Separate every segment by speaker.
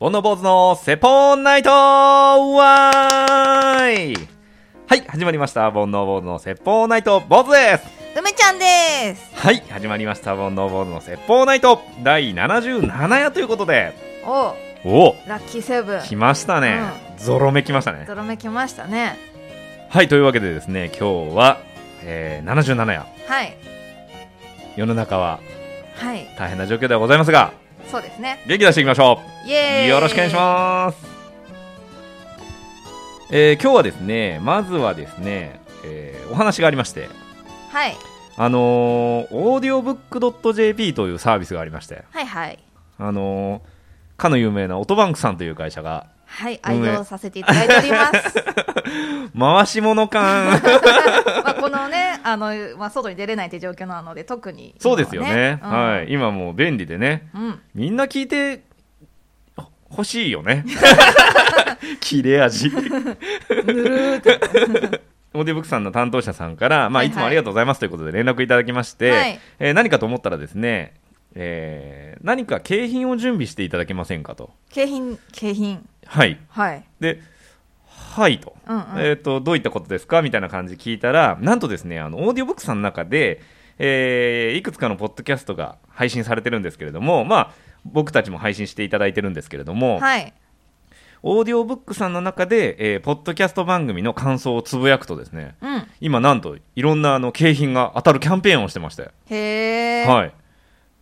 Speaker 1: 煩悩坊主のセポンナイトわーいはい、始まりました。煩悩坊主の説法ナイト、坊主です
Speaker 2: 梅ちゃんです
Speaker 1: はい、始まりました。煩悩坊主の説法ナイト、第77夜ということで、
Speaker 2: お
Speaker 1: おお
Speaker 2: ラッキーセブン
Speaker 1: 来ましたね。ゾロ目来ましたね。
Speaker 2: ドロメ来ましたね
Speaker 1: はい、というわけでですね、今日は、えー、77夜。
Speaker 2: はい
Speaker 1: 世の中は
Speaker 2: はい
Speaker 1: 大変な状況ではございますが、
Speaker 2: そうですね
Speaker 1: 元気出していきましょう
Speaker 2: イエーイ
Speaker 1: よろしくお願いします。えー、今日はですね、まずはですね、えーお話がありまして、
Speaker 2: すはい
Speaker 1: あのー、オーディオブックドット JP というサービスがありまして、
Speaker 2: はいはい
Speaker 1: あのー、かの有名なオトバンクさんという会社が、
Speaker 2: はい
Speaker 1: ごめ
Speaker 2: 愛
Speaker 1: ん
Speaker 2: 用させていただいております
Speaker 1: 回し物感、
Speaker 2: まあこのねあの、まあ、外に出れないという状況なので特に
Speaker 1: そうですよね。
Speaker 2: 今
Speaker 1: は。
Speaker 2: はい
Speaker 1: 今もう便利でね、
Speaker 2: うん、うん、
Speaker 1: みんな聞いてほ欲しいよ ね。切れ味。 オーディブックさんの担当者さんから、まあ、
Speaker 2: はい
Speaker 1: い
Speaker 2: はい
Speaker 1: つもありがとうございますということで連絡いただきまして、
Speaker 2: はい
Speaker 1: えー何かと思ったらですね、えー何か景品を準備していただけませんかと。
Speaker 2: 景品景品
Speaker 1: はい。
Speaker 2: はい
Speaker 1: で、はいと。
Speaker 2: うんうん
Speaker 1: えー、とどういったことですかみたいな感じ聞いたらなんとですねあのオーディオブックさんの中で、えーいくつかのポッドキャストが配信されてるんですけれども、まあ、僕たちも配信していただいてるんですけれども、
Speaker 2: はい
Speaker 1: オーディオブックさんの中で、えーポッドキャスト番組の感想をつぶやくとですね
Speaker 2: うん
Speaker 1: 今なんといろんなあの景品が当たるキャンペーンをしてまして、
Speaker 2: へえ、
Speaker 1: はい、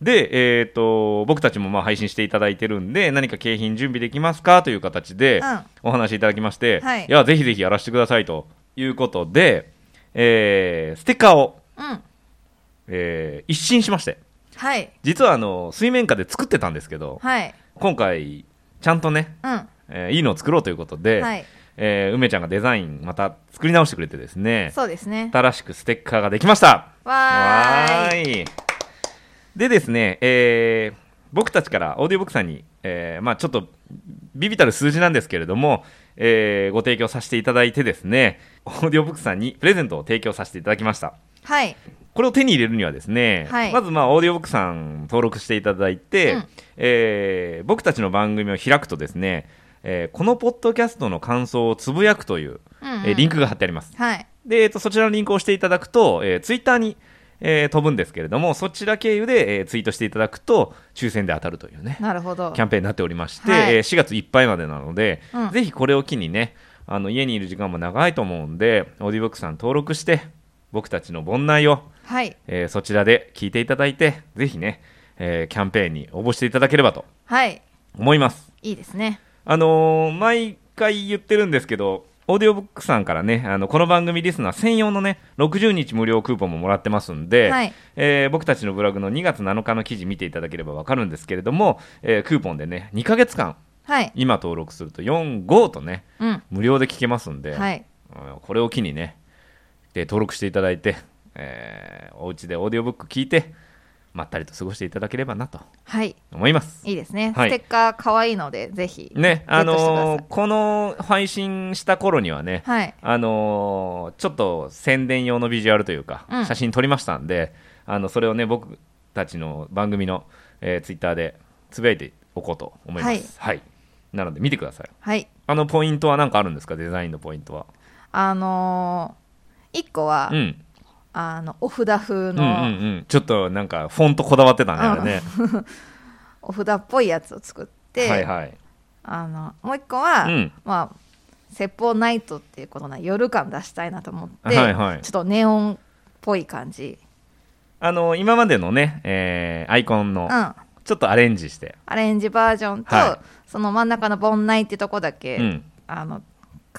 Speaker 1: で、えー、と僕たちもまあ配信していただいてるんで何か景品準備できますかという形で、
Speaker 2: うん
Speaker 1: お話いただきまして、
Speaker 2: はい
Speaker 1: やぜひぜひやらせてくださいということで、えーステッカーを、
Speaker 2: うん
Speaker 1: えー一新しまして
Speaker 2: はい
Speaker 1: 実はあの水面下で作ってたんですけど
Speaker 2: はい
Speaker 1: 今回ちゃんとね、
Speaker 2: うん
Speaker 1: えーいいのを作ろうということで、
Speaker 2: はい
Speaker 1: えー梅ちゃんがデザインまた作り直してくれてですね
Speaker 2: そうですね
Speaker 1: 新しくステッカーができました
Speaker 2: わーい
Speaker 1: ーいでですね、えー僕たちからオーディオブックさんに、えーまあ、ちょっとビビたる数字なんですけれども、えーご提供させていただいてですねオーディオブックさんにプレゼントを提供させていただきました
Speaker 2: はい
Speaker 1: これを手に入れるにはですね、
Speaker 2: はい
Speaker 1: まずまあオーディオブックさん登録していただいて、
Speaker 2: うん
Speaker 1: えー僕たちの番組を開くとですね、えーこのポッドキャストの感想をつぶやくという、
Speaker 2: うんうん
Speaker 1: えーリンクが貼ってあります
Speaker 2: はい
Speaker 1: で、えっと、そちらのリンクを押していただくと、えー、ツイッターに、えー飛ぶんですけれども、そちら経由で、えーツイートしていただくと、抽選で当たるというね、
Speaker 2: なるほど
Speaker 1: キャンペーンになっておりまして、
Speaker 2: はい
Speaker 1: えー4月いっぱいまでなので、
Speaker 2: うん
Speaker 1: ぜひこれを機にね、あの家にいる時間も長いと思うんで、オーディブックさん登録して、僕たちの盆内を、
Speaker 2: はい
Speaker 1: えーそちらで聞いていただいて、ぜひね、えーキャンペーンに応募していただければと
Speaker 2: はい
Speaker 1: 思います。
Speaker 2: いいですね
Speaker 1: あのー毎回言ってるんですけど、オーディオブックさんからね、あのこの番組リスナー専用のね、60日無料クーポンももらってますんで、
Speaker 2: はい
Speaker 1: えー僕たちのブログの2月7日の記事見ていただければわかるんですけれども、えークーポンでね、2ヶ月間、
Speaker 2: はい
Speaker 1: 今登録すると4、5とね、
Speaker 2: うん
Speaker 1: 無料で聞けますんで、
Speaker 2: はい
Speaker 1: うんこれを機にね、で登録していただいて、えーお家でオーディオブック聞いて、まったりと過ごしていただければなと
Speaker 2: はい
Speaker 1: 思います。
Speaker 2: いいですね、
Speaker 1: はい
Speaker 2: ステッカー可愛いのでぜひ
Speaker 1: ね、
Speaker 2: ゲッ
Speaker 1: あ
Speaker 2: トしてください
Speaker 1: のーこの配信した頃にはね、
Speaker 2: はい
Speaker 1: あのーちょっと宣伝用のビジュアルというか、
Speaker 2: うん
Speaker 1: 写真撮りましたんで、あのそれをね、僕たちの番組の、えツイッター Twitter でつぶやいておこうと思います。はい。なので見てください。
Speaker 2: はい
Speaker 1: あのポイントは何かあるんですか、デザインのポイントは。
Speaker 2: あのー、1個は、
Speaker 1: うん。
Speaker 2: あのお札風
Speaker 1: うんうんう
Speaker 2: の、
Speaker 1: ん。ちょっとなんか、フォントこだわってたね、あれね。
Speaker 2: お札っぽいやつを作って、
Speaker 1: はいはい。
Speaker 2: あのもう1個は、
Speaker 1: うん
Speaker 2: まあ説法ナイトっていうことな夜感出したいなと思って、
Speaker 1: はいはい
Speaker 2: ちょっとネオンっぽい感じ、
Speaker 1: あのー今までのね、えーアイコン
Speaker 2: う
Speaker 1: の
Speaker 2: ん、、ア
Speaker 1: ちょっとアレンジして、
Speaker 2: レンジバージョンと、
Speaker 1: は
Speaker 2: その真ん中の「盆内」ってとこだけ、
Speaker 1: うん。
Speaker 2: あの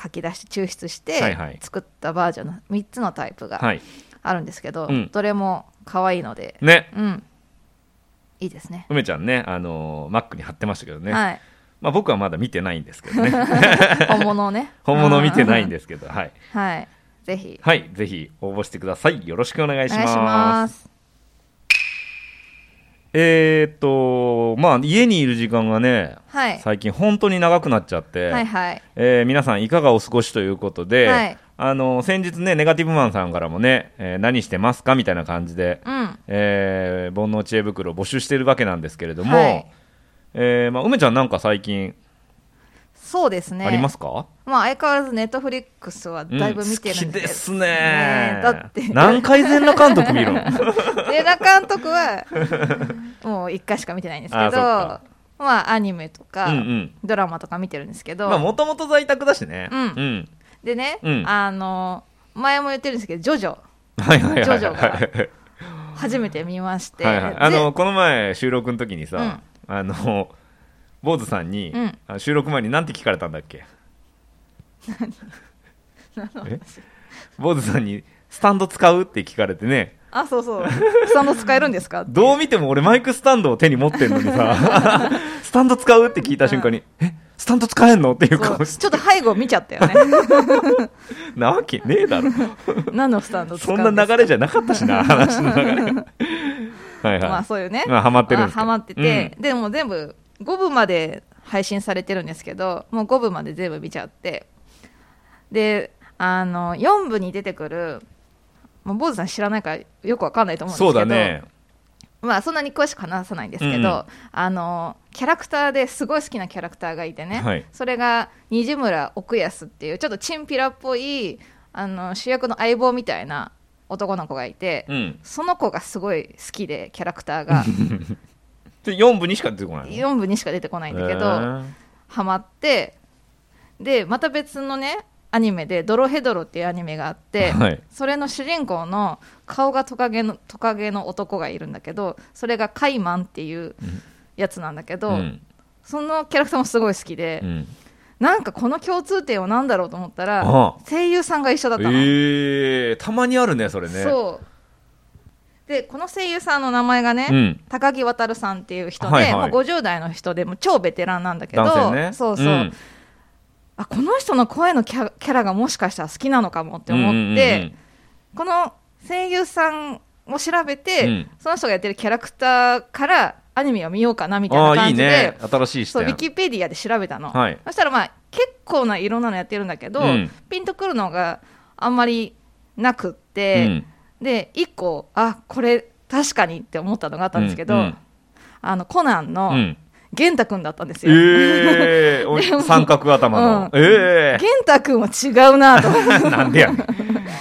Speaker 2: 書き出して抽出し
Speaker 1: はいはい
Speaker 2: て作ったバージョンの3つのタイプが
Speaker 1: はい。
Speaker 2: あるんですけど、
Speaker 1: うん
Speaker 2: どれも可愛いので、
Speaker 1: ね。
Speaker 2: うん、いいですね。
Speaker 1: 梅ちゃんね、あのーマックに貼ってましたけどね、
Speaker 2: はい、
Speaker 1: まあ、僕はまだ見てないんですけどね
Speaker 2: 本物をね
Speaker 1: 本物見てないん
Speaker 2: で、
Speaker 1: ですけど、はい、
Speaker 2: はい、ぜひ
Speaker 1: はい、ぜひ応募してくださいよろしくお願い
Speaker 2: お
Speaker 1: し
Speaker 2: 願い
Speaker 1: ます
Speaker 2: します
Speaker 1: えー、っとまあ家にいる時間がね
Speaker 2: はい、
Speaker 1: 最近本当に長くなっちゃって、
Speaker 2: はいはい
Speaker 1: えー皆さんいかがお過ごしということで、
Speaker 2: はい
Speaker 1: あのー先日ねネガティブマンさんからもね、えー何してますかみたいな感じで、
Speaker 2: うん
Speaker 1: えー煩悩知恵袋募集してるわけなんですけれども、
Speaker 2: はい
Speaker 1: えーまあ、梅ちゃんなんか最近
Speaker 2: そうですね
Speaker 1: ありますか
Speaker 2: まあ相変わらずネットフリックスはだいぶ見てるん
Speaker 1: うん好き
Speaker 2: で
Speaker 1: です
Speaker 2: す
Speaker 1: ね
Speaker 2: ねだって
Speaker 1: 何回全裸監督見るの
Speaker 2: 映画監督はもう1回しか見てないんですけ
Speaker 1: あそ
Speaker 2: ど
Speaker 1: っか
Speaker 2: まあアニメとか、
Speaker 1: うんうん
Speaker 2: ドラマとか見てるんですけど、
Speaker 1: まあもともと在宅だしね
Speaker 2: うん
Speaker 1: ん
Speaker 2: でね、
Speaker 1: うん
Speaker 2: あの前も言ってるんですけど「ジョジョ
Speaker 1: はいはいはい
Speaker 2: ジョジョ
Speaker 1: は
Speaker 2: が
Speaker 1: い」
Speaker 2: 初めて見まして、
Speaker 1: はいはい、
Speaker 2: で
Speaker 1: あのこの前収録の時にさ、あの坊主さんに、
Speaker 2: うん
Speaker 1: あ収録前に何て聞かれたんだっけえ坊主さんに「スタンド使う?」って聞かれてね
Speaker 2: あそうそうスタンド使えるんですか
Speaker 1: どう見ても俺マイクスタンドを手に持ってんのに さスタンド使うって聞いた瞬間に「えスタンド使えんの?」っていう
Speaker 2: そ
Speaker 1: 顔
Speaker 2: う
Speaker 1: し
Speaker 2: ちょっと背後見ちゃったよね
Speaker 1: なわけねえだろ
Speaker 2: 何のスタンド使
Speaker 1: そ
Speaker 2: うん
Speaker 1: な
Speaker 2: ですか
Speaker 1: 流れじゃなかったし な話の流れがはいはい
Speaker 2: まあそういうね、
Speaker 1: まあハマってるんですけど
Speaker 2: あハマってて、でもう全部5部まで配信されてるんですけどもう5部まで全部見ちゃってであの4部に出てくるもう坊主さん知らないからよくわかんないと思うんですけ
Speaker 1: そ
Speaker 2: ど
Speaker 1: うだね
Speaker 2: まあ、そんなに詳しく話さないんです
Speaker 1: う
Speaker 2: けど、
Speaker 1: んうん
Speaker 2: あのキャラクターですごい好きなキャラクターがいてね、
Speaker 1: はい
Speaker 2: それが西村奥安っていうちょっとチンピラっぽいあの主役の相棒みたいな男の子がいて、
Speaker 1: うん
Speaker 2: その子がすごい好きでキャラクター が
Speaker 1: で4部にしか出てこないの
Speaker 2: 4部にしか出てこないんだけど、
Speaker 1: へー
Speaker 2: ハマってでまた別のねアニメで「ドロヘドロ」っていうアニメがあって、
Speaker 1: はい
Speaker 2: それの主人公の顔がトカゲのトカゲの男がいるんだけどそれがカイマンっていうやつなんだけど、
Speaker 1: うん
Speaker 2: そのキャラクターもすごい好きで、
Speaker 1: うん
Speaker 2: なんかこの共通点は何だろうと思ったら
Speaker 1: ああ
Speaker 2: 声優さんが一緒だったの、
Speaker 1: ええたまにあるねそれね
Speaker 2: そうでこの声優さんの名前がね、
Speaker 1: うん
Speaker 2: 高木渉さんっていう人で、
Speaker 1: はいはい
Speaker 2: まあ、50代の人でもう超ベテランなんだけど
Speaker 1: 男性ね
Speaker 2: そうそう、
Speaker 1: ん
Speaker 2: あこの人の声のキャキャラがもしかしたら好きなのかもって思って、
Speaker 1: うんうんうん
Speaker 2: この声優さんを調べて、
Speaker 1: うん
Speaker 2: その人がやってるキャラクターからアニメを見ようかなみたい
Speaker 1: あ
Speaker 2: な
Speaker 1: あい
Speaker 2: 感
Speaker 1: い
Speaker 2: じで
Speaker 1: ね新しい視
Speaker 2: そうウィ
Speaker 1: 点
Speaker 2: キペディアで調べたの、
Speaker 1: はい
Speaker 2: そしたらまあ結構ないろんなのやってるんだけど、
Speaker 1: うん
Speaker 2: ピンとくるのがあんまりなくっ
Speaker 1: う
Speaker 2: て、
Speaker 1: ん
Speaker 2: で一個あこれ確かにって思ったのがあったんですけど、
Speaker 1: うんうん
Speaker 2: あのコナン
Speaker 1: う
Speaker 2: の
Speaker 1: ん
Speaker 2: 玄太君だったんですよ。
Speaker 1: ええ お
Speaker 2: でも
Speaker 1: 三角頭の
Speaker 2: うん
Speaker 1: え
Speaker 2: 玄太君は違うなと思って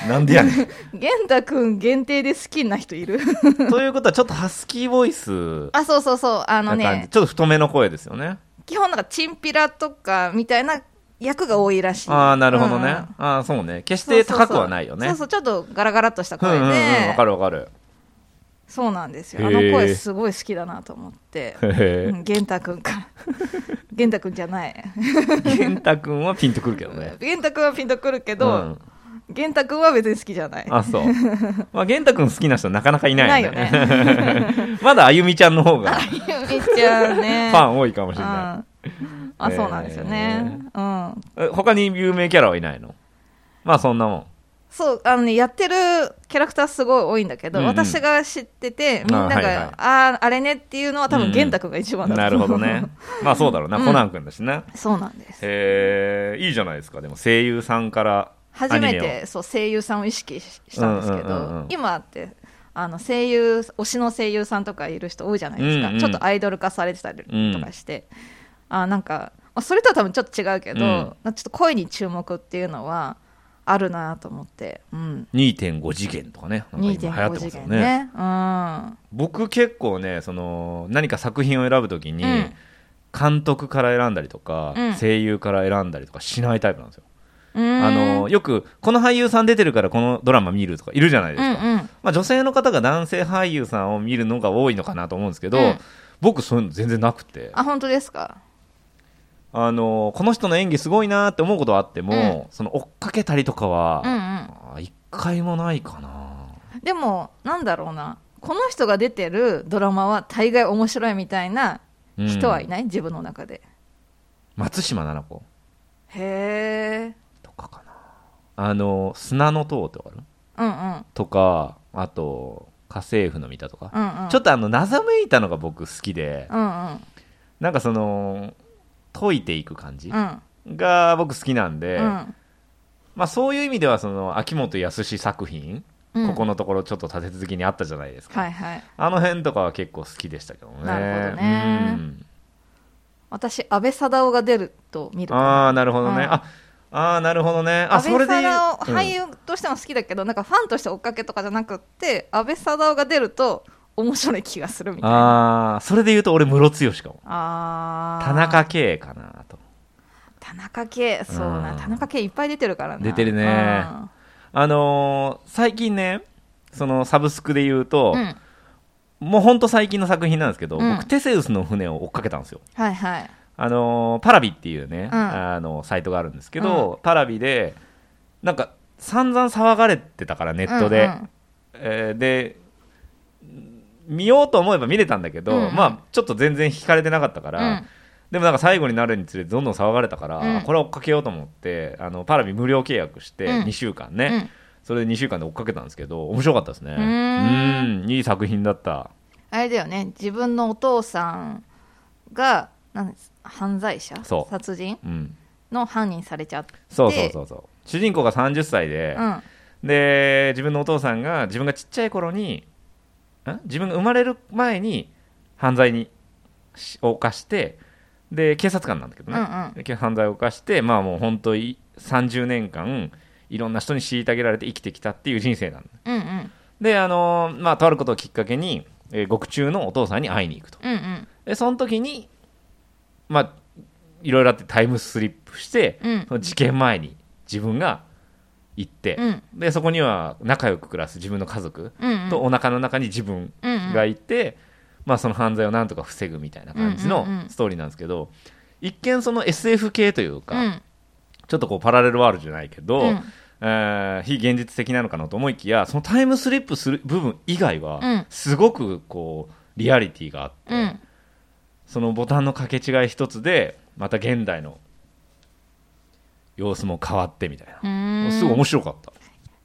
Speaker 1: え なんでやねんなんでやねん
Speaker 2: 玄太くん限定で好きな人いる
Speaker 1: ということはちょっとハスキーボイス
Speaker 2: あそうそうそうあの
Speaker 1: な感じ
Speaker 2: ね
Speaker 1: ちょっと太めの声ですよね
Speaker 2: 基本なんかチンピラとかみたいな役が多いらしい
Speaker 1: ああなるほどね、
Speaker 2: うん
Speaker 1: ああそうね決し
Speaker 2: そうそう
Speaker 1: て
Speaker 2: そう
Speaker 1: 高くはないよね
Speaker 2: そうそうちょっとガラガラっとした
Speaker 1: うん
Speaker 2: 声で、
Speaker 1: うんうんわかるわかる
Speaker 2: そうなんです
Speaker 1: へ
Speaker 2: よ
Speaker 1: ー
Speaker 2: あの声すごい好きだなと思って
Speaker 1: へ
Speaker 2: うん玄太くんか玄太くんじゃない
Speaker 1: え健太君はピンとくるけどね
Speaker 2: 玄太くんはピンとくるけど、
Speaker 1: うん
Speaker 2: 玄太くんは別に好きじゃない
Speaker 1: あそうまあ健太君好きな人なかなかいないよね
Speaker 2: い な
Speaker 1: まだあゆみちゃんの方が
Speaker 2: ゆみちゃん
Speaker 1: フ
Speaker 2: ね
Speaker 1: ァン多いかもしれな
Speaker 2: うんあそうなんですよね、うん
Speaker 1: いえ他に有名キャラはいないのまあそんなもん
Speaker 2: そうあの、ね、やってるキャラクターすごい多いんだけど、
Speaker 1: うんうん
Speaker 2: 私が知っててみんなが
Speaker 1: あ
Speaker 2: あ,、
Speaker 1: はいはい
Speaker 2: あれねっていうのは多
Speaker 1: うんう
Speaker 2: 分
Speaker 1: ん
Speaker 2: 玄太君が一番だ
Speaker 1: な
Speaker 2: と
Speaker 1: る
Speaker 2: 思
Speaker 1: ほ
Speaker 2: う
Speaker 1: どねまあそうだろうな、
Speaker 2: うん
Speaker 1: コナン君だしな
Speaker 2: そうなんです
Speaker 1: えー、いいじゃないですかでも声優さんから
Speaker 2: 初め
Speaker 1: アニメを
Speaker 2: てそう声優さんを意識ししたんですけど、
Speaker 1: うんうんうんうん
Speaker 2: 今ってあの声優推しの声優さんとかいる人多いじゃないですか、
Speaker 1: うんうん
Speaker 2: ちょっとアイドル化されてたりとかして、あなんか、まあ、それとは多分ちょっと違うけど、
Speaker 1: うん
Speaker 2: なんかちょっと声に注目っていうのはあるなと思って、うん、
Speaker 1: 2.5次元とかねなんか今流行っ
Speaker 2: 2.5
Speaker 1: てま
Speaker 2: 次
Speaker 1: すよ
Speaker 2: 元
Speaker 1: ね
Speaker 2: ね。うん
Speaker 1: 僕結構ねその何か作品を選ぶときに、
Speaker 2: うん
Speaker 1: 監督から選んだりとか、
Speaker 2: うん
Speaker 1: 声優から選んだりとかしないタイプなんですよ、
Speaker 2: うーん
Speaker 1: あのよくこの俳優さん出てるからこのドラマ見るとかいるじゃないですか、
Speaker 2: うんうん
Speaker 1: まあ、女性の方が男性俳優さんを見るのが多いのかなと思うんですけど、
Speaker 2: うん
Speaker 1: 僕そういうの全然なくて
Speaker 2: あ本当ですか
Speaker 1: あのこの人の演技すごいなって思うことはあっても、その追っかけたりとか
Speaker 2: うんう
Speaker 1: は
Speaker 2: ん
Speaker 1: あ一、回もないかな
Speaker 2: でもなんだろうなこの人が出てるドラマは大概面白いみたいな
Speaker 1: うん
Speaker 2: 人はいない、自分の中で
Speaker 1: 松島菜々子
Speaker 2: へえ
Speaker 1: とかかなあの砂の塔とかある
Speaker 2: うんうん
Speaker 1: とかあと家政婦の見たとか、
Speaker 2: うんうん
Speaker 1: ちょっとあの謎めいたのが僕好きで、
Speaker 2: うんうん
Speaker 1: なんかその解いていく感じ
Speaker 2: うん
Speaker 1: が僕好きなんで、
Speaker 2: うん
Speaker 1: まあ、そういう意味ではその秋元康作品、
Speaker 2: うん
Speaker 1: ここのところちょっと立て続けにあったじゃないですか、
Speaker 2: はいはい
Speaker 1: あの辺とかは結構好きでしたけどね
Speaker 2: なるほどね
Speaker 1: うん
Speaker 2: 私安倍貞夫が出ると見る
Speaker 1: ああなるほどね、
Speaker 2: うん
Speaker 1: ああーなるほどねあ
Speaker 2: 安
Speaker 1: それ
Speaker 2: 倍
Speaker 1: で言う
Speaker 2: 貞夫
Speaker 1: うん
Speaker 2: 俳優としても好きだけど、なんかファンとして追っかけとかじゃなくって安倍貞夫が出ると面白い気がするみたいな
Speaker 1: ああそれで言うと俺ムロツヨシかも
Speaker 2: あー
Speaker 1: 田中圭かなと
Speaker 2: 田中圭そうな、
Speaker 1: うん
Speaker 2: 田中圭いっぱい出てるからな
Speaker 1: 出てるねあのー最近ねそのサブスクで言うと、
Speaker 2: うん、うん
Speaker 1: もうほんと最近の作品なんですけど、
Speaker 2: うん
Speaker 1: 僕テセウスの船を追っかけたんですよ
Speaker 2: はいはい
Speaker 1: あのーパラビっていうね、
Speaker 2: うん
Speaker 1: あのサイトがあるんですけど、パラビでなんか散々騒がれてたからネットで、
Speaker 2: うんうん
Speaker 1: えーで見ようと思えば見れたんだけど、
Speaker 2: うんうん
Speaker 1: まあちょっと全然引かれてなかったから、
Speaker 2: うん
Speaker 1: でもなんか最後になるにつれてどんどん騒がれたから、
Speaker 2: うん
Speaker 1: これは追っかけようと思ってあのパラビ無料契約して
Speaker 2: うん
Speaker 1: 2週間ね、
Speaker 2: うん
Speaker 1: それで2週間で追っかけたんですけど面白かったですね
Speaker 2: うー
Speaker 1: うーんいい作品だった
Speaker 2: あれだよね自分のお父さんがなん犯罪者
Speaker 1: そう
Speaker 2: 殺人
Speaker 1: うん
Speaker 2: の犯人されちゃって
Speaker 1: そうそうそうそう主人公が30歳で、
Speaker 2: うん
Speaker 1: で自分のお父さんが自分がちっちゃい頃にん自分が生まれる前に犯罪にしを犯してで警察官なんだけど
Speaker 2: う
Speaker 1: ね、
Speaker 2: んうん
Speaker 1: で犯罪を犯してまあもう本当に30年間いろんな人に虐げられて生きてきたっていう人生なんだ
Speaker 2: うんうん
Speaker 1: であのーまあとあることをきっかけに、えー獄中のお父さんに会いに行くと
Speaker 2: うんうん
Speaker 1: でその時にまあいろいろあってタイムスリップして、
Speaker 2: うん
Speaker 1: その事件前に自分が行って、
Speaker 2: うん
Speaker 1: でそこには仲良く暮らす自分の家族
Speaker 2: うん
Speaker 1: とお腹の中に自分
Speaker 2: うんうん
Speaker 1: がいて、まあ、その犯罪をなんとか防ぐみたいな感じの
Speaker 2: うんうんうん
Speaker 1: ストーリーなんですけど、一見その SF 系というか、
Speaker 2: うん
Speaker 1: ちょっとこうパラレルワールドじゃないけど、
Speaker 2: うん
Speaker 1: えー非現実的なのかなと思いきやそのタイムスリップする部分以外は、
Speaker 2: うん
Speaker 1: すごくこうリアリティがあって、
Speaker 2: うん
Speaker 1: そのボタンの掛け違い一つでまた現代の様子も変わってみたいうな、
Speaker 2: ーん
Speaker 1: すごい面白かった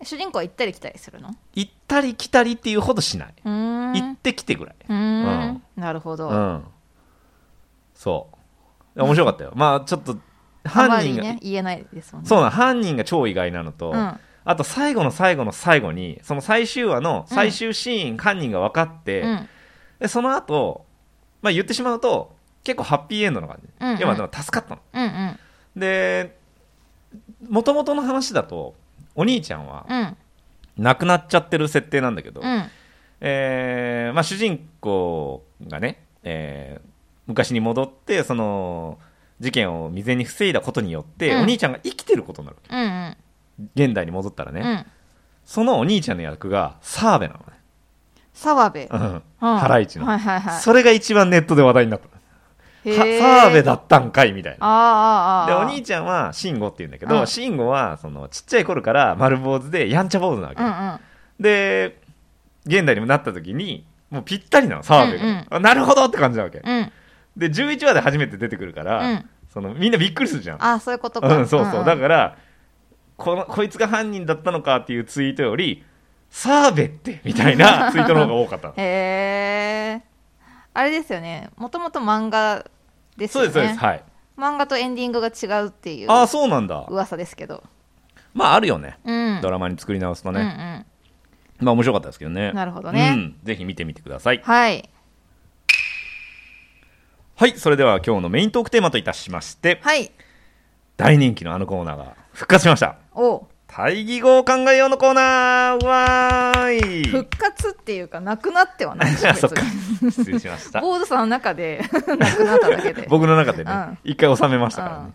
Speaker 2: 主人公は行ったり来たりするの
Speaker 1: 行ったり来たりっていうほどしない、
Speaker 2: うーん
Speaker 1: 行ってきてぐらい、
Speaker 2: うー
Speaker 1: うん
Speaker 2: なるほど、
Speaker 1: うん、そう面白かったよまあちょっと
Speaker 2: あま
Speaker 1: 犯
Speaker 2: り
Speaker 1: 人が、
Speaker 2: ね言えないですもんね
Speaker 1: そうなん犯人が超意外なのと、
Speaker 2: うん
Speaker 1: あと最後の最後の最後にその最終話の最終シーン、犯人が分かって、
Speaker 2: うん
Speaker 1: でその後、まあ言ってしまうと結構ハッピーエンドな感じ、
Speaker 2: うんうん
Speaker 1: 要はでも助かったの
Speaker 2: うんうん
Speaker 1: でもともとの話だとお兄ちゃんは
Speaker 2: うん
Speaker 1: 亡くなっちゃってる設定なんだけど、
Speaker 2: うん
Speaker 1: えーまあ、主人公がね、えー昔に戻ってその事件を未然に防いだことによって、
Speaker 2: うん
Speaker 1: お兄ちゃんが生きてることになる
Speaker 2: うんうん
Speaker 1: 現代に戻ったらね、
Speaker 2: うん
Speaker 1: そのお兄ちゃんの役が澤部な
Speaker 2: 澤部
Speaker 1: のね、
Speaker 2: うん
Speaker 1: ハライチの
Speaker 2: はいはいはい
Speaker 1: それが一番ネットで話題になった
Speaker 2: へ
Speaker 1: は
Speaker 2: ー
Speaker 1: 澤部だったんかいみたいな
Speaker 2: あ
Speaker 1: で
Speaker 2: ーあーあ
Speaker 1: お
Speaker 2: ー
Speaker 1: 兄ちゃんは慎吾って言うんだけ
Speaker 2: う
Speaker 1: ど
Speaker 2: ん
Speaker 1: 慎吾はそのちっちゃい頃から丸坊主でやんちゃ坊主なわけ、で現代にもなった時にもうぴったりなの澤部が、
Speaker 2: うんうん
Speaker 1: あなるほどって感じなわけ、
Speaker 2: うんうんうん
Speaker 1: で11話で初めて出てくるから、
Speaker 2: うん
Speaker 1: そのみんなびっくりするじゃん
Speaker 2: あーそういうことか
Speaker 1: うん、そうそう、
Speaker 2: ん
Speaker 1: だからこのこいつが犯人だったのかっていうツイートより澤部ってみたいな ツイートの方が多かった
Speaker 2: へえあれですよねもともと漫画です
Speaker 1: そう
Speaker 2: よ
Speaker 1: で
Speaker 2: ね
Speaker 1: すそうですはい
Speaker 2: 漫画とエンディングが違うっていう
Speaker 1: ああそうなんだ
Speaker 2: 噂ですけど
Speaker 1: まああるよね
Speaker 2: うん
Speaker 1: ドラマに作り直すと
Speaker 2: うんう
Speaker 1: ね、
Speaker 2: ん
Speaker 1: まあ面白かったですけどね
Speaker 2: なるほどね
Speaker 1: うん、ぜひ見てみてください
Speaker 2: はい
Speaker 1: はいそれでは今日のメイントークテーマといたしまして
Speaker 2: はい
Speaker 1: 大人気のあのコーナーが復活しました
Speaker 2: お
Speaker 1: 対義語を考えようのコーナーうわーい
Speaker 2: 復活っていうかなくなってはないでし ょ
Speaker 1: あ そっ
Speaker 2: 別
Speaker 1: か
Speaker 2: に
Speaker 1: 失礼しました
Speaker 2: 坊主さんの中で なくなっただけで
Speaker 1: 僕の中で
Speaker 2: う
Speaker 1: ね
Speaker 2: ん
Speaker 1: 一回収めましたから
Speaker 2: う
Speaker 1: ね
Speaker 2: ん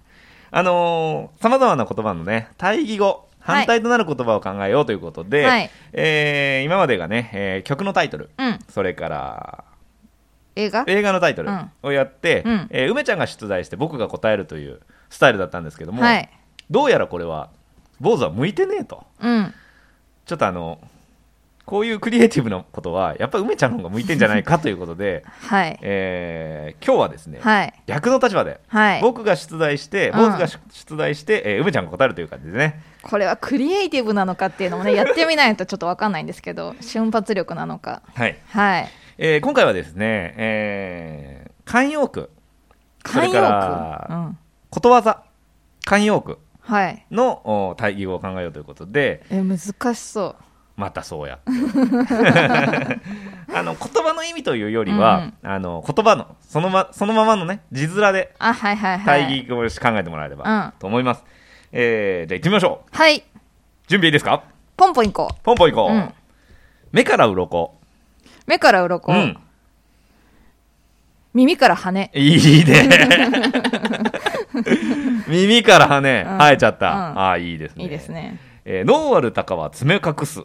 Speaker 1: あのさまざまな言葉のね対義語反対となる言葉を考えようということで、
Speaker 2: はい
Speaker 1: えー今までがね、えー曲のタイトル
Speaker 2: うん
Speaker 1: それから
Speaker 2: 映画
Speaker 1: 映画のタイトル
Speaker 2: うん
Speaker 1: をやって、
Speaker 2: うん
Speaker 1: えー梅ちゃんが出題して僕が答えるというスタイルだったんですけども、
Speaker 2: はい
Speaker 1: どうやらこれは坊主は向いてねえと
Speaker 2: うん、
Speaker 1: ちょっとあのこういうクリエイティブなことはやっぱり梅ちゃんの方が向いてんじゃないかということで
Speaker 2: はい
Speaker 1: えー今日はですね、
Speaker 2: はい
Speaker 1: 逆の立場で
Speaker 2: はい
Speaker 1: 僕が出題して、
Speaker 2: ん
Speaker 1: 坊主が出出題して、えー梅ちゃんが答えるという感じでね。
Speaker 2: これはクリエイティブなのかっていうのも ねやってみないとちょっとわかんないんですけど瞬発力なのか
Speaker 1: はい。
Speaker 2: はい
Speaker 1: えー今回はですね、えー慣用句、それ
Speaker 2: 慣用
Speaker 1: から
Speaker 2: 句、うん、
Speaker 1: ことわざ、慣用句
Speaker 2: はい
Speaker 1: のお対義語を考えようということで、
Speaker 2: え難しそう
Speaker 1: またそう やって あの言葉の意味というよりは、あの言葉のその,、ま、そのままのね字面で
Speaker 2: あはいはいはい
Speaker 1: 対義語を考えてもらえれ
Speaker 2: うん
Speaker 1: ばと思います、えーじゃあ行ってみましょう
Speaker 2: はい
Speaker 1: 準備いいですか
Speaker 2: ポンポン行こう
Speaker 1: ポンポン行こう、
Speaker 2: うん
Speaker 1: 目から鱗
Speaker 2: 目から鱗、
Speaker 1: うん
Speaker 2: 耳から羽
Speaker 1: いいね 耳から羽
Speaker 2: うん
Speaker 1: 生えちゃった、
Speaker 2: うん
Speaker 1: ああいいですね
Speaker 2: いいですね
Speaker 1: えー、ノーアルタカは爪隠す、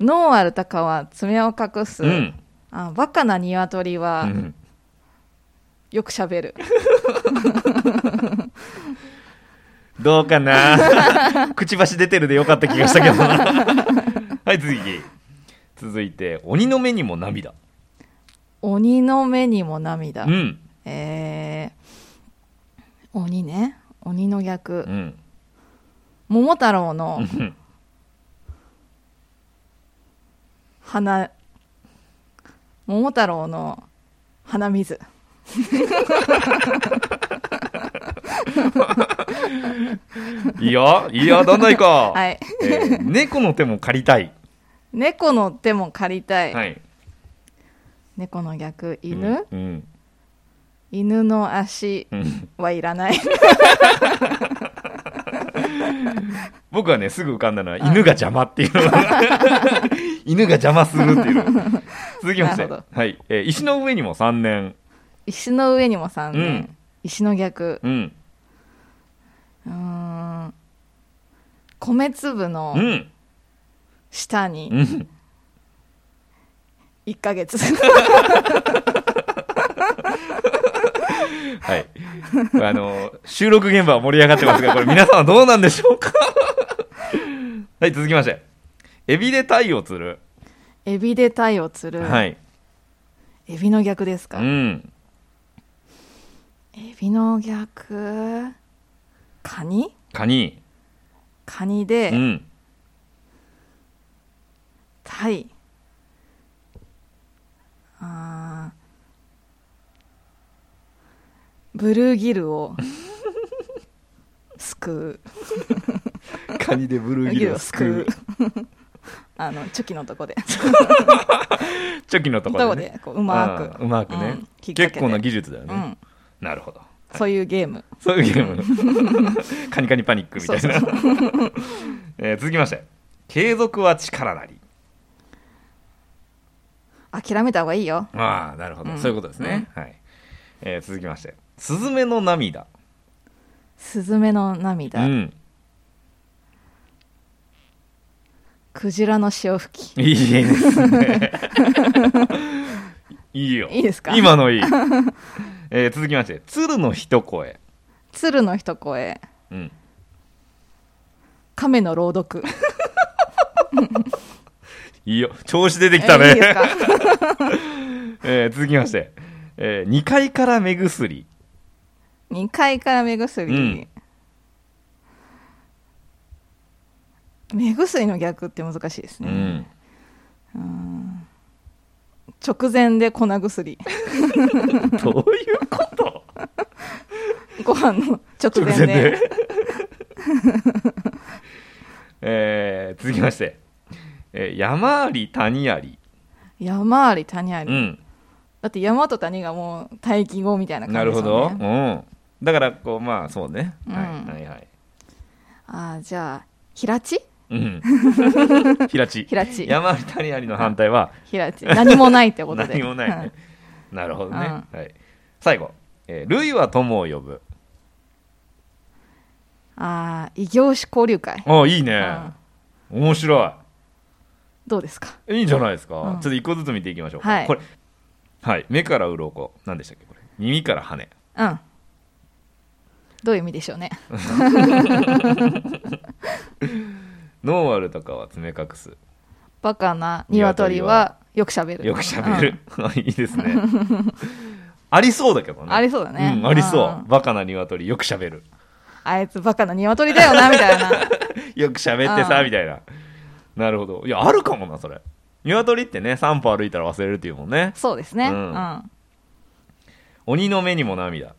Speaker 2: 脳ある鷹は爪を隠す、
Speaker 1: うん
Speaker 2: あバカな鶏は
Speaker 1: うん
Speaker 2: よくしゃべる、
Speaker 1: どうかな くちばし出てるでよかった気がしたけどな はい次続いて鬼の目にも涙
Speaker 2: 鬼の目にも涙、
Speaker 1: うん
Speaker 2: えー、鬼ね鬼の逆、
Speaker 1: うん
Speaker 2: 桃太郎の
Speaker 1: うん
Speaker 2: 花桃太郎の鼻水
Speaker 1: いいよいいよどんどん行こう、
Speaker 2: はい
Speaker 1: えー 猫の手も借りたい、
Speaker 2: 猫の手も借りたい、
Speaker 1: はい、
Speaker 2: 猫の逆犬、
Speaker 1: うん
Speaker 2: 犬の足
Speaker 1: うん
Speaker 2: はいらない
Speaker 1: 僕はねすぐ浮かんだのは犬が邪魔って いうのが犬が邪魔するっていうのが続きまし
Speaker 2: な
Speaker 1: て
Speaker 2: るほ、
Speaker 1: はいえー石の上にも3年
Speaker 2: 石の上にも3年、
Speaker 1: うん
Speaker 2: 石の逆
Speaker 1: うん
Speaker 2: うーん米粒の
Speaker 1: うん
Speaker 2: 下に
Speaker 1: うん
Speaker 2: 1ヶ月
Speaker 1: はい。あの、収録現場は盛り上がってますが、これ皆さんはどうなんでしょうか はい、続きまして。エビで鯛を釣る。
Speaker 2: エビで鯛を釣る、
Speaker 1: はい。
Speaker 2: エビの逆です
Speaker 1: う
Speaker 2: か、
Speaker 1: ん。
Speaker 2: エビの逆カニ
Speaker 1: カニ。
Speaker 2: カニ
Speaker 1: う
Speaker 2: で
Speaker 1: ん。
Speaker 2: タイあーブルーギ ルを救う
Speaker 1: カニでブル
Speaker 2: ブルーギルを救うあのチョキのとこで
Speaker 1: チョキのと
Speaker 2: と
Speaker 1: こ
Speaker 2: こ
Speaker 1: ろ
Speaker 2: で
Speaker 1: で、ね。
Speaker 2: こううまーく
Speaker 1: うんうまくね、
Speaker 2: うん引っ掛けて
Speaker 1: 結構な技術だよ
Speaker 2: う
Speaker 1: ね。
Speaker 2: ん、
Speaker 1: なるほど。
Speaker 2: そういうゲーム
Speaker 1: そういうゲー ム。カニカニパニックみたいな。
Speaker 2: そ
Speaker 1: えー続きまして。継続は力なり。
Speaker 2: 諦めた方がいいよ
Speaker 1: ああ、なるほど、
Speaker 2: うん
Speaker 1: そういうことですね。はい。えー続きまして。スズメの涙。
Speaker 2: スズメの
Speaker 1: う
Speaker 2: 涙、
Speaker 1: ん。
Speaker 2: クジラの潮吹き
Speaker 1: いいですね。い いよ。
Speaker 2: いいですか
Speaker 1: 今のいい。えー続きまして、鶴の一声。
Speaker 2: 鶴の一声
Speaker 1: うん。
Speaker 2: 亀の朗読
Speaker 1: いいよ。調子出てきたね。
Speaker 2: えーいいですか
Speaker 1: えー続きまして、え2階から目薬。
Speaker 2: 2階から目薬、
Speaker 1: うん
Speaker 2: 目薬の逆って難しいです
Speaker 1: う
Speaker 2: ね、
Speaker 1: ん。
Speaker 2: 直前で粉薬
Speaker 1: どういうこと
Speaker 2: ご飯の直
Speaker 1: 直前
Speaker 2: 前で
Speaker 1: で。 えー続きまして、えー山あり谷あり。
Speaker 2: 山あり谷あり、
Speaker 1: うん。
Speaker 2: だって山と谷がもう待機語みたいな
Speaker 1: な
Speaker 2: 感じ
Speaker 1: る
Speaker 2: です
Speaker 1: ほ
Speaker 2: よね
Speaker 1: ど。うん。だから、こう、まあ、そうね。はい
Speaker 2: うん
Speaker 1: はいはい。
Speaker 2: あーじゃあ平地
Speaker 1: うん。平地。
Speaker 2: 平地
Speaker 1: 山あり谷ありの反対は
Speaker 2: 平地何もないってことで
Speaker 1: 何もないね
Speaker 2: うん。
Speaker 1: なるほどね。はい。最後、えー、ルイは友を呼ぶ。
Speaker 2: ああ異業種交流会
Speaker 1: ああ、いいね。面白
Speaker 2: どうですか
Speaker 1: い。いいんじゃないです
Speaker 2: う
Speaker 1: か
Speaker 2: ん。
Speaker 1: ちょっと一個ずつ見ていきましょうか。
Speaker 2: はい
Speaker 1: これ、はい。目から鱗。何でしたっけこれ。耳から羽。
Speaker 2: うんどういう意味でしょうね
Speaker 1: ノーアルとかは爪隠す。
Speaker 2: バカな鶏はよくしゃべる
Speaker 1: よくしゃべる。いいですね。ありそうだけど
Speaker 2: う
Speaker 1: ね。
Speaker 2: んありそうだね、
Speaker 1: うん、ありそ
Speaker 2: ん
Speaker 1: う。バカな鶏、よくしゃべる。
Speaker 2: あいつバカな鶏だよなみたいな
Speaker 1: よく喋ってさ、
Speaker 2: うん
Speaker 1: みたいな。なるほど。いや、あるかもな、それ。鶏ってね、3歩歩いたら忘れるっていうもんね。
Speaker 2: そうですね、う
Speaker 1: うんん鬼の目にも涙。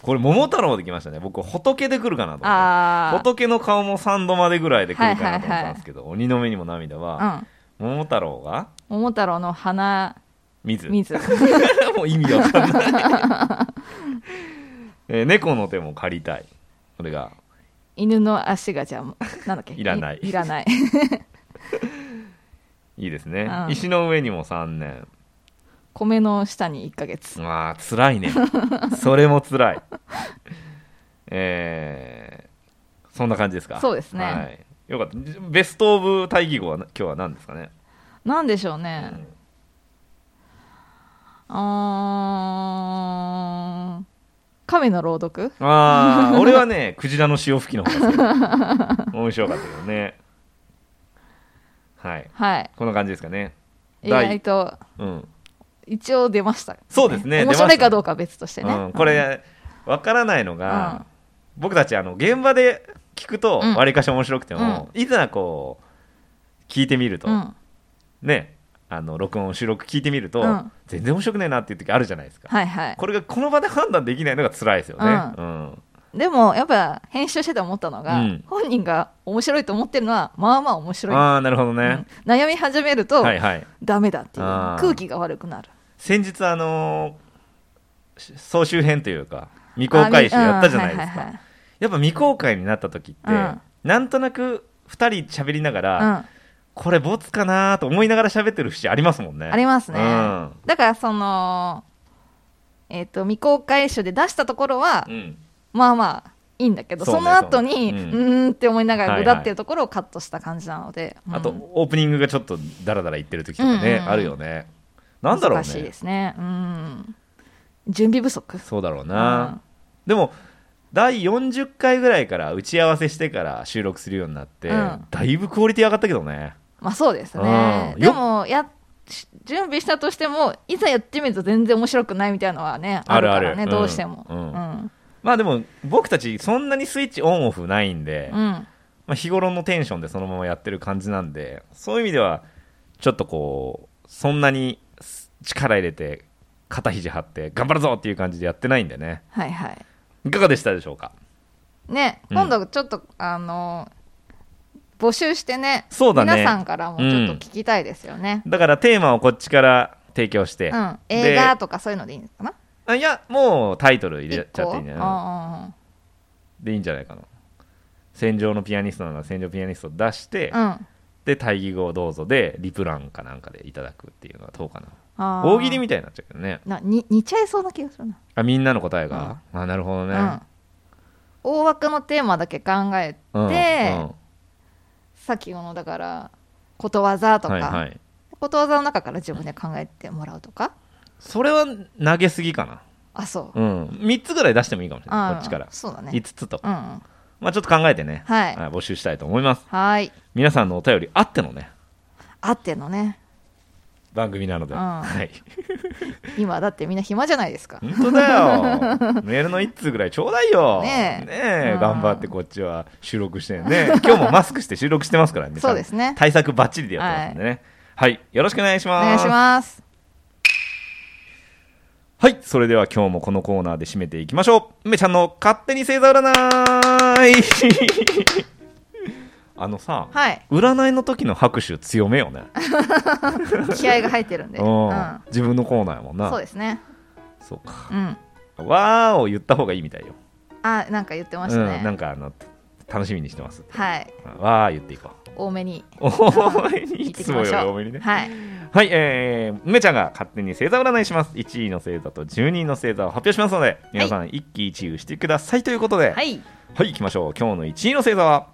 Speaker 1: これ桃太郎できましたね僕仏で来るかなと思
Speaker 2: あ
Speaker 1: っ
Speaker 2: あ
Speaker 1: て仏の顔も3度までぐらいで来るか
Speaker 2: は
Speaker 1: ないと思っ
Speaker 2: はいはい
Speaker 1: たんですけど、鬼の目にも涙
Speaker 2: う
Speaker 1: は、
Speaker 2: ん
Speaker 1: 桃太郎が
Speaker 2: 桃太郎の花
Speaker 1: 水
Speaker 2: 水
Speaker 1: もう意味わかんない、 えー猫の手も借りたいこれが
Speaker 2: 犬の足がじゃあもうなんだっけ
Speaker 1: いらない
Speaker 2: いらない
Speaker 1: いいですね、
Speaker 2: うん
Speaker 1: 石の上にも3年
Speaker 2: 米の下に1ヶ月
Speaker 1: まあ辛いねそれも辛 いえーそんな感じですか
Speaker 2: そうですね
Speaker 1: はい、よかったベスト・オブ大義語は今日は何ですかね、
Speaker 2: なんでしょう
Speaker 1: う
Speaker 2: ね
Speaker 1: ん
Speaker 2: あー亀の朗読
Speaker 1: ああ俺はねクジラの潮吹きの方が好き面白かったけどねはい
Speaker 2: はい
Speaker 1: こんな感じですかね
Speaker 2: 意
Speaker 1: 第
Speaker 2: 外と
Speaker 1: うん
Speaker 2: 一応出ました
Speaker 1: そうですね出
Speaker 2: 面
Speaker 1: ました
Speaker 2: 白い
Speaker 1: ね
Speaker 2: かどうかは別としてね、
Speaker 1: うん、これ、わからないのが、僕たちあの現場で聞くと
Speaker 2: うん
Speaker 1: わりかし面白くても、いざこう聞いてみると、
Speaker 2: うん、うん
Speaker 1: ねあの録音収録聞いてみると、
Speaker 2: うん
Speaker 1: 全然面白くねえなっていう時あるじゃないですか、
Speaker 2: はいはい
Speaker 1: これがこの場で判断できないのが辛いですよね、う
Speaker 2: うんでもやっぱ編集してて思ったのが、
Speaker 1: うん
Speaker 2: 本人が面白いと思ってるのはまあまあ面白い、
Speaker 1: ああなるほどね、
Speaker 2: うん悩み始めると
Speaker 1: はいはい
Speaker 2: ダメだっていう、
Speaker 1: あー
Speaker 2: 空気が悪くなる
Speaker 1: 先日あのーし総集編というか未公開集やったじゃないですか、
Speaker 2: あみうんはい
Speaker 1: やっぱ未公開になった時って、
Speaker 2: うん
Speaker 1: なんとなく2人喋りながら、
Speaker 2: はいはい
Speaker 1: これボツかなと思いながら喋ってる節ありますもんね。
Speaker 2: うん、ありますね、
Speaker 1: うん
Speaker 2: だからそのえっ、と未公開集で出したところは、
Speaker 1: うん
Speaker 2: まあまあいいんだけど
Speaker 1: そう
Speaker 2: そ,、
Speaker 1: ね
Speaker 2: の後にう,、
Speaker 1: そうね
Speaker 2: ーんって思いなが
Speaker 1: は
Speaker 2: ら
Speaker 1: い
Speaker 2: ぐ
Speaker 1: はい
Speaker 2: だってるところをカットした感じなので、うん
Speaker 1: あとオープニングがちょっとダラダラ言ってる時とかね、
Speaker 2: うんうん
Speaker 1: あるよね。なんだろう
Speaker 2: 難しいで
Speaker 1: ね。
Speaker 2: すねうん準備不足
Speaker 1: そうだろうな。でも第40回ぐらいから打ち合わせしてから収録するようになって、
Speaker 2: うん
Speaker 1: だいぶクオリティ上がったけどね。
Speaker 2: まあそうですね
Speaker 1: うんよ
Speaker 2: でもやし準備したとしてもいざやってみると全然面白くないみたいなのはね
Speaker 1: あ
Speaker 2: ある
Speaker 1: るあ
Speaker 2: か
Speaker 1: る
Speaker 2: らね
Speaker 1: うん
Speaker 2: どうしても
Speaker 1: う
Speaker 2: うんん、うん
Speaker 1: まあでも僕たちそんなにスイッチオンオフないんで、まあ、日頃のテンションでそのままやってる感じなんでそういう意味ではちょっとこうそんなにす力入れて肩肘張って頑張るぞっていう感じでやってないんでね
Speaker 2: はいはい
Speaker 1: いかがでしたでしょうか
Speaker 2: ね
Speaker 1: うん
Speaker 2: 今度ちょっと、あの募集してね
Speaker 1: そうだね
Speaker 2: 皆さんからもちょっと聞きたいですよね、
Speaker 1: だからテーマをこっちから提供して、
Speaker 2: うん
Speaker 1: で
Speaker 2: 映画とかそういうのでいいんですかな
Speaker 1: あいやもうタイトル入れ
Speaker 2: 一
Speaker 1: ちゃっ
Speaker 2: 個
Speaker 1: ていいんじゃな
Speaker 2: あ
Speaker 1: いでいいんじゃないかな戦場のピアニストなら戦場ピアニスト出して、
Speaker 2: あああうん
Speaker 1: で対義語をどうぞでリプランかなんかでいただくっていうのはどうかな
Speaker 2: あー
Speaker 1: 大喜利みたいになっちゃうけどね
Speaker 2: なに似ちゃいそうな気がするな、
Speaker 1: あみんなの答えが、あなるほどね、
Speaker 2: うん、大枠のテーマだけ考えて、
Speaker 1: うんうん
Speaker 2: さっきのだからことわざとか、
Speaker 1: はいはい、
Speaker 2: ことわざの中から自分で考えてもらうとか
Speaker 1: それは投げすぎかな、
Speaker 2: あそう
Speaker 1: うん、3つぐらい出してもいいかもしれない
Speaker 2: あ
Speaker 1: こっちから
Speaker 2: そうだね
Speaker 1: 5つとか、
Speaker 2: うんうん
Speaker 1: まあ、ちょっと考えてね、
Speaker 2: はい
Speaker 1: はい募集したいと思います
Speaker 2: はい
Speaker 1: 皆さんのお便りあってのね
Speaker 2: あってのね
Speaker 1: 番組なので、
Speaker 2: うん
Speaker 1: はい、
Speaker 2: 今だってみんな暇じゃないですか
Speaker 1: 本当だ よメールの1通ぐらいちょうだいよ
Speaker 2: ねえ
Speaker 1: え
Speaker 2: うん
Speaker 1: 頑張ってこっちは収録してね今日もマスクして収録してますからね
Speaker 2: そうですね
Speaker 1: 対策バッチリでやってますんでねはい、よろしくお願いし
Speaker 2: お
Speaker 1: ます
Speaker 2: 願いします
Speaker 1: はい、それでは今日もこのコーナーで締めていきましょう。梅ちゃんの勝手に星座占い あのさ、
Speaker 2: はい
Speaker 1: 占いの時の拍手強めよね。
Speaker 2: 気合が入ってるんで、
Speaker 1: う
Speaker 2: うんん、
Speaker 1: 自分のコーナーやもんな。
Speaker 2: そうですね
Speaker 1: そうか。
Speaker 2: うん
Speaker 1: わーを言った方がいいみたいよ。
Speaker 2: あなんか言ってま
Speaker 1: うん
Speaker 2: したね、
Speaker 1: なんかあの楽しみにしてます。
Speaker 2: はい
Speaker 1: わー言っていこう。
Speaker 2: 多めに
Speaker 1: おめ
Speaker 2: 聞
Speaker 1: に
Speaker 2: い
Speaker 1: い
Speaker 2: て
Speaker 1: つ
Speaker 2: いき
Speaker 1: も
Speaker 2: ま
Speaker 1: よ
Speaker 2: し
Speaker 1: り
Speaker 2: ょう
Speaker 1: 多めにね。
Speaker 2: はい
Speaker 1: はい、えー、梅ちゃんが勝手に星座占いします。1位の星座と12位の星座を発表しますので、皆さん一喜一憂してくださいということで。
Speaker 2: はい
Speaker 1: はい、行きましょう。今日の1位の星座は、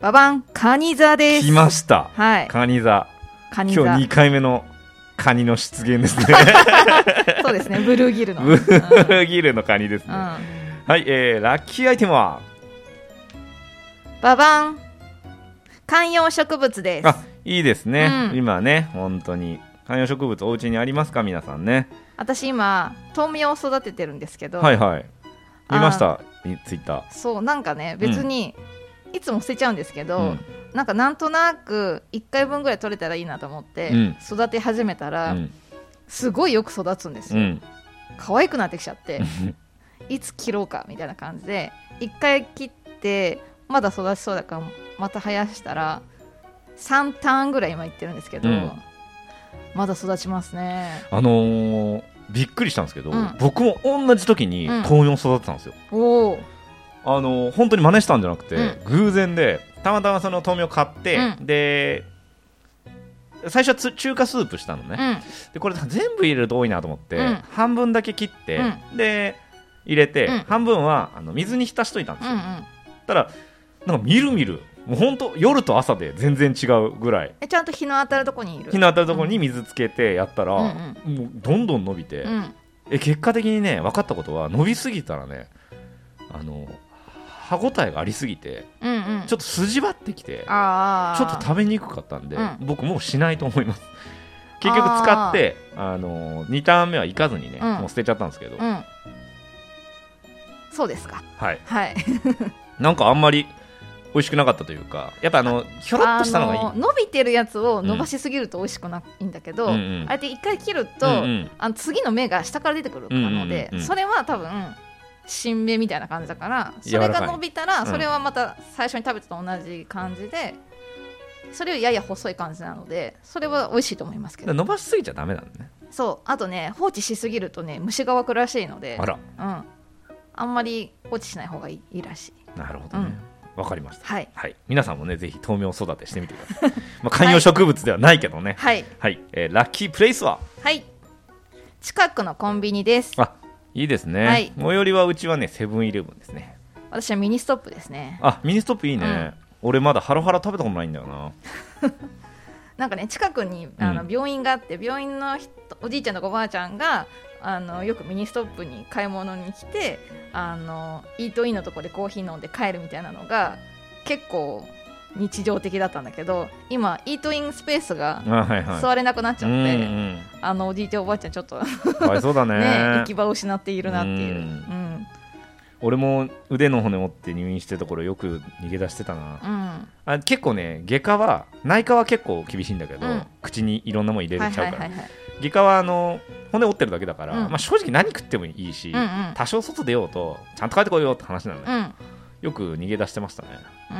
Speaker 2: ババンカニ座です
Speaker 1: 来ました。
Speaker 2: はい
Speaker 1: カニ座。
Speaker 2: カニ
Speaker 1: 今
Speaker 2: 座
Speaker 1: 日2回目のカニの出現ですね。
Speaker 2: そうですねブルーギルの、
Speaker 1: ブ
Speaker 2: うん
Speaker 1: ギルのカニです
Speaker 2: う
Speaker 1: ね。
Speaker 2: ん
Speaker 1: はい、えー、ラッキーアイテムは、
Speaker 2: ババン観葉植物です
Speaker 1: あ、いいですね。
Speaker 2: うん
Speaker 1: 今ね、本当に。観葉植物お家にありますか皆さんね。
Speaker 2: 私今豆苗を育ててるんですけど、
Speaker 1: はいはい。
Speaker 2: あー
Speaker 1: 見ました、いツイッタ
Speaker 2: そうなんかね別に、いつも捨てちゃうんですけど、
Speaker 1: ー。うん
Speaker 2: なんかなんとなく1回分ぐらい取れたらいいなと思って
Speaker 1: うん
Speaker 2: 育て始めたら、
Speaker 1: うん
Speaker 2: すごいよく育つんです
Speaker 1: う
Speaker 2: よ、
Speaker 1: ん
Speaker 2: 可愛くなってきちゃっていつ切ろうかみたいな感じで一回切ってまだ育ちそうだからまた生やしたら3ターンぐらい今いってるんですけど、
Speaker 1: うん
Speaker 2: まだ育ちますね
Speaker 1: あのーびっくりしたんですけど、
Speaker 2: うん
Speaker 1: 僕も同じ時に
Speaker 2: うん
Speaker 1: 豆苗育てたんですよ、
Speaker 2: おお
Speaker 1: あのー本当に真似したんじゃなくて、
Speaker 2: う
Speaker 1: 偶然でたまたまその豆苗買って、
Speaker 2: うん
Speaker 1: で最初はつ中華スープしたのね、
Speaker 2: うん
Speaker 1: でこれ全部入れると多いなと思って、
Speaker 2: うん
Speaker 1: 半分だけ切って、で入れて、
Speaker 2: うん
Speaker 1: 半分はあの水に浸しといたんで
Speaker 2: う
Speaker 1: すよ、
Speaker 2: んうん
Speaker 1: たらなんかみるみるもう本当夜と朝で全然違うぐらい
Speaker 2: えちゃんと日の当たるとこにいる
Speaker 1: 日の当たるところに水つけてやったら、
Speaker 2: うん
Speaker 1: もうどんどん伸びて、
Speaker 2: うん
Speaker 1: え結果的にね分かったことは伸びすぎたらねあの歯ごたえがありすぎて
Speaker 2: うんうん
Speaker 1: ちょっと筋張ってきて
Speaker 2: ああ
Speaker 1: ちょっと食べにくかったんで、
Speaker 2: うん
Speaker 1: 僕もうしないと思います 結局使ってあの2ターン目は行かずにね、
Speaker 2: うん
Speaker 1: もう捨てちゃったんですけど、
Speaker 2: うんそうですか
Speaker 1: はい
Speaker 2: はい
Speaker 1: なんかあんまり美味しくなかったというかやっぱあのひょろっとしたのがいい
Speaker 2: あの伸びてるやつを伸ばしすぎると美味しくないんだけど、
Speaker 1: うんうん
Speaker 2: あれって一回切ると、
Speaker 1: うんうん
Speaker 2: あの次の芽が下から出てくるので、
Speaker 1: うんうんうんうん
Speaker 2: それは多分新芽みたいな感じだからそれ
Speaker 1: 柔ら
Speaker 2: が
Speaker 1: かい
Speaker 2: 伸びたら
Speaker 1: ん
Speaker 2: それはまた最初に食べたと同じ感じで、それよりやや細い感じなのでそれは美味しいと思いますけ
Speaker 1: だから
Speaker 2: ど
Speaker 1: 伸ばしすぎちゃダメなんだね
Speaker 2: そうあとね放置しすぎるとね虫が湧くらしいので
Speaker 1: あら
Speaker 2: うん、あんまり放置しない方がいいいいらしい
Speaker 1: なるほどねわ、かりました
Speaker 2: はい
Speaker 1: はい、皆さんもねぜひ豆苗育てしてみてください まあ観葉植物ではないけどね
Speaker 2: はい
Speaker 1: はい、えーラッキープレイスは
Speaker 2: はい近くのコンビニです
Speaker 1: あいいですね、
Speaker 2: はい
Speaker 1: 最寄りはうちはねセブンイレブンですね
Speaker 2: 私はミニストップですね
Speaker 1: あミニストップいいね、
Speaker 2: うん
Speaker 1: 俺まだハロハロ食べたことないんだよな
Speaker 2: なんかね近くにあの病院があって、病院の人おじいちゃんとかおばあちゃんがあのよくミニストップに買い物に来てあのイートインのとこでコーヒー飲んで帰るみたいなのが結構日常的だったんだけど今イートインスペースが
Speaker 1: あはいはい
Speaker 2: 座れなくなっちゃって、
Speaker 1: うん
Speaker 2: あのおじいちゃんおばあちゃんちょっとね
Speaker 1: うん、かわいそう だね
Speaker 2: 行き場を失っているなっていう、
Speaker 1: う
Speaker 2: うんん
Speaker 1: 俺も腕の骨折って入院してた頃よく逃げ出してたな
Speaker 2: うん
Speaker 1: あ結構ね外科は内科は結構厳しいんだけど、
Speaker 2: うん
Speaker 1: 口にいろんなもん入れ
Speaker 2: はい
Speaker 1: れちゃうから、
Speaker 2: はいはいはい
Speaker 1: 外科はあの骨折ってるだけだから、
Speaker 2: うん
Speaker 1: まあ、正直何食ってもいいし、
Speaker 2: うんうん
Speaker 1: 多少外出ようとちゃんと帰ってこいよって話なんだよ、
Speaker 2: うんう
Speaker 1: よく逃げ出してましたね
Speaker 2: ー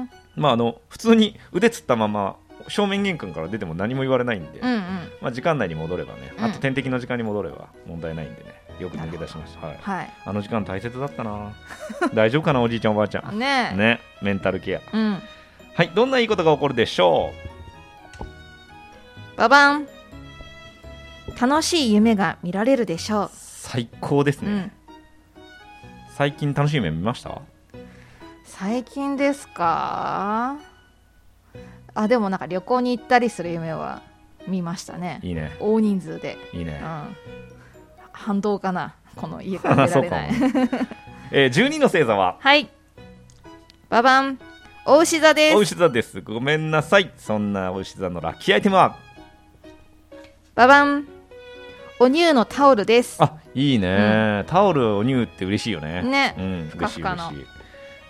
Speaker 2: ん
Speaker 1: まああの普通に腕つったまま正面玄関から出ても何も言われないんで、
Speaker 2: うんうん
Speaker 1: まあ、時間内に戻ればね
Speaker 2: うん
Speaker 1: あと点滴の時間に戻れば問題ないんでねよく逃げ出しました、はい、
Speaker 2: はい
Speaker 1: あの時間大切だったな 大丈夫かなおじいちゃんおばあちゃん
Speaker 2: ねえ
Speaker 1: ねメンタルケア
Speaker 2: うん
Speaker 1: はいどんないいことが起こるでしょ
Speaker 2: ババン楽しい夢が見られるでしょう
Speaker 1: う、最高です
Speaker 2: う
Speaker 1: ね、
Speaker 2: ん、
Speaker 1: 最近楽しい夢見ました
Speaker 2: 最近ですかあでもなんか旅行に行ったりする夢は見ましたね
Speaker 1: いいね
Speaker 2: 大人数で、
Speaker 1: いいね、
Speaker 2: うん、反動かなこの家か ら
Speaker 1: あ
Speaker 2: 出
Speaker 1: そ
Speaker 2: ら
Speaker 1: う
Speaker 2: れ
Speaker 1: かも
Speaker 2: ない、
Speaker 1: えー、12の星座は
Speaker 2: はいババンお牛座で
Speaker 1: お
Speaker 2: す
Speaker 1: 牛座ですごめんなさいそんなお牛座のラッキーアイテムは
Speaker 2: ババンお乳のタオルです
Speaker 1: あいいね、タオルをニューって嬉しいよね
Speaker 2: ね
Speaker 1: うん
Speaker 2: ふか
Speaker 1: 嬉し
Speaker 2: ふ
Speaker 1: い
Speaker 2: か
Speaker 1: 嬉
Speaker 2: の
Speaker 1: しい、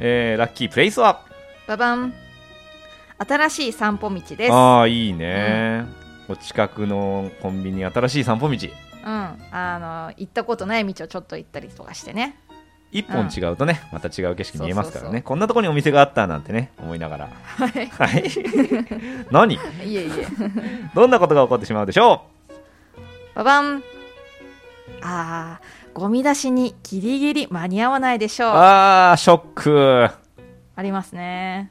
Speaker 1: えー、ラッキープレイスは
Speaker 2: ババン新しい散歩道です
Speaker 1: ああいいね、お近くのコンビニ新しい散歩道
Speaker 2: うん、あの行ったことない道をちょっと行ったりとかしてね
Speaker 1: 一本違うとね、また違う景色見えますからね
Speaker 2: そうそうそう
Speaker 1: こんなとこにお店があったなんてね思いながらはい、 何
Speaker 2: いえいえ
Speaker 1: どんなことが起こってしまうでしょ
Speaker 2: ババンあーゴミ出しにギリギリ間に合わないでしょ
Speaker 1: う
Speaker 2: うあ
Speaker 1: あーショック
Speaker 2: りますね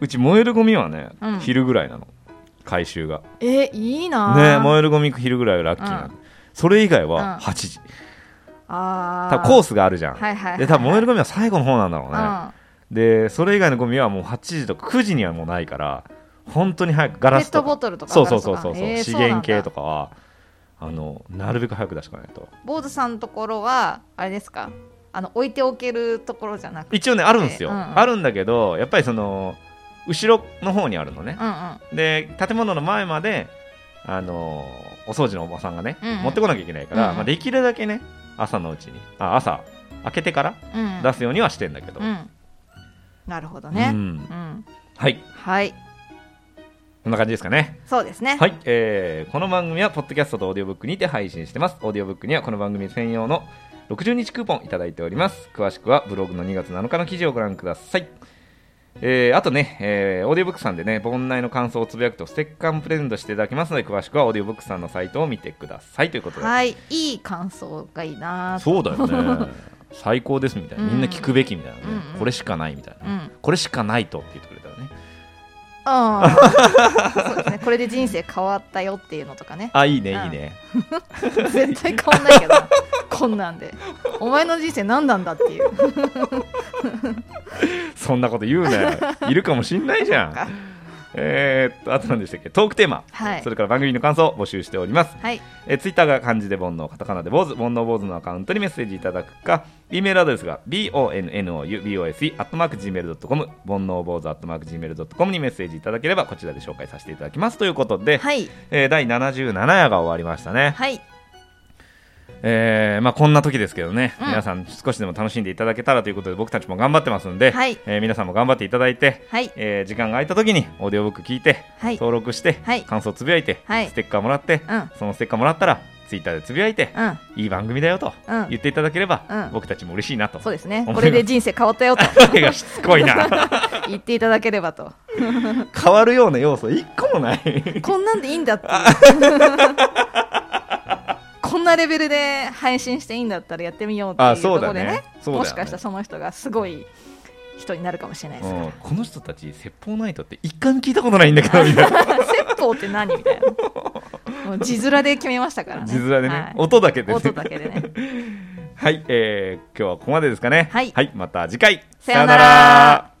Speaker 1: うち燃えるゴミはね、
Speaker 2: うん
Speaker 1: 昼ぐらいなの回収が
Speaker 2: えいいな
Speaker 1: ね燃
Speaker 2: え
Speaker 1: えるゴミ昼ぐらいはラッキーなの、
Speaker 2: うん
Speaker 1: それ以外
Speaker 2: う
Speaker 1: は
Speaker 2: ん
Speaker 1: 8時、
Speaker 2: あ
Speaker 1: 多分コー
Speaker 2: ス
Speaker 1: スがあるじゃん、
Speaker 2: はいはい、はい、
Speaker 1: で多分燃えるゴミは最後の方なんだろう
Speaker 2: う
Speaker 1: ね、
Speaker 2: ん
Speaker 1: でそれ以外のゴミはもう8時とか9時にはもうないから本当に早くガラ
Speaker 2: ペ
Speaker 1: ス
Speaker 2: ット
Speaker 1: と
Speaker 2: ボ
Speaker 1: か
Speaker 2: トルとか
Speaker 1: そうそうそうそう、
Speaker 2: ガラス
Speaker 1: 資
Speaker 2: とかえー
Speaker 1: 源系と
Speaker 2: か
Speaker 1: かはあのなるべく早く出しとかないと
Speaker 2: 坊主さんのところはあれですかあの置いておけるところじゃなくて
Speaker 1: 一応ねあるんですよ、
Speaker 2: えーうん
Speaker 1: あるんだけどやっぱりその後ろの方にあるのね
Speaker 2: う、んうん
Speaker 1: で建物の前まであのお掃除のおばさんがね、
Speaker 2: うんうん
Speaker 1: 持ってこなきゃいけないから、
Speaker 2: うんうん
Speaker 1: まあ、できるだけね朝のうちにあ朝開けてから
Speaker 2: うん
Speaker 1: 出すようにはしてんだけど、
Speaker 2: うんなるほど
Speaker 1: う
Speaker 2: ね
Speaker 1: ん
Speaker 2: うん、
Speaker 1: はい
Speaker 2: はい
Speaker 1: そんな感じですかね。
Speaker 2: そうですね。
Speaker 1: はい、えーこの番組はポッドキャストとオーディオブックにて配信してます。オーディオブックにはこの番組専用の60日クーポンいただいております。詳しくはブログの2月7日の記事をご覧ください。えーあとね、えーオーディオブックさんでね、盆内の感想をつぶやくとステッカーもプレゼントしていただきますので、詳しくはオーディオブックさんのサイトを見てくださいということで。
Speaker 2: はい、いい感想がいいな。
Speaker 1: そうだよ ね最高ですみたいなみんな聞くべきみたいなね、
Speaker 2: うんうん
Speaker 1: これしかないみたいな、
Speaker 2: うん
Speaker 1: これしかないとって言ってくれたらね
Speaker 2: ああ。そうですね。これで人生変わったよっていうのとかね。
Speaker 1: あいいね
Speaker 2: うん
Speaker 1: いいね、
Speaker 2: 絶対変わんないけどな。こんなんで。お前の人生何なんだっていう。
Speaker 1: そんなこと言う ねいるかもしんないじゃ
Speaker 2: か
Speaker 1: んえーっとあと何でしたっけトークテーマ、
Speaker 2: はい
Speaker 1: それから番組の感想を募集しております
Speaker 2: はい。
Speaker 1: えツイッター Twitter が漢字で煩悩カタカナで坊主煩悩坊主のアカウントにメッセージいただくか E メールアドレスが bonoubose アットマーク gmail.com 煩悩坊主アットマーク gmail.com にメッセージいただければこちらで紹介させていただきますということで、
Speaker 2: はい。
Speaker 1: えー第77夜が終わりましたね、
Speaker 2: はい。
Speaker 1: えーまあ、こんな時ですけどね、
Speaker 2: うん
Speaker 1: 皆さん少しでも楽しんでいただけたらということで僕たちも頑張ってますんで、
Speaker 2: はい
Speaker 1: えー皆さんも頑張っていただいて、
Speaker 2: はい。
Speaker 1: えー時間が空いた時にオーディオブック聞いて、
Speaker 2: はい
Speaker 1: 登録して、
Speaker 2: はい
Speaker 1: 感想つぶやいて、
Speaker 2: はい
Speaker 1: ステッカーもらって、
Speaker 2: うん
Speaker 1: そのステッカーもらったらツイッターでつぶやいて、
Speaker 2: うん。
Speaker 1: いい番組だよと
Speaker 2: うん
Speaker 1: 言っていただければ、
Speaker 2: うん
Speaker 1: 僕たちも嬉しいなと。
Speaker 2: そうです
Speaker 1: 思
Speaker 2: ね。
Speaker 1: い
Speaker 2: こ
Speaker 1: ます
Speaker 2: れで人生変わったよと
Speaker 1: 声がしつこい な
Speaker 2: 言っていただければと。
Speaker 1: 変わるような要素一個もない
Speaker 2: こんなんでいいんだっていう。 こんなレベルで配信していいんだったらやってみようってい
Speaker 1: あ
Speaker 2: うと
Speaker 1: そう
Speaker 2: こ
Speaker 1: だ
Speaker 2: ろ
Speaker 1: ね
Speaker 2: でね
Speaker 1: そうだよね
Speaker 2: もしかしたらその人がすごい人になるかもしれないですから
Speaker 1: うんこの人たち説法ナイトって一回も聞いたことないんだけ どみたいな
Speaker 2: 説法って何みたいなもう字面で決めましたからね
Speaker 1: 字面でね、
Speaker 2: はい
Speaker 1: 音だけでね
Speaker 2: 音だ けでね
Speaker 1: はい、えー今日はここまでですかね。
Speaker 2: はい
Speaker 1: また次回。
Speaker 2: さようなら
Speaker 1: さよう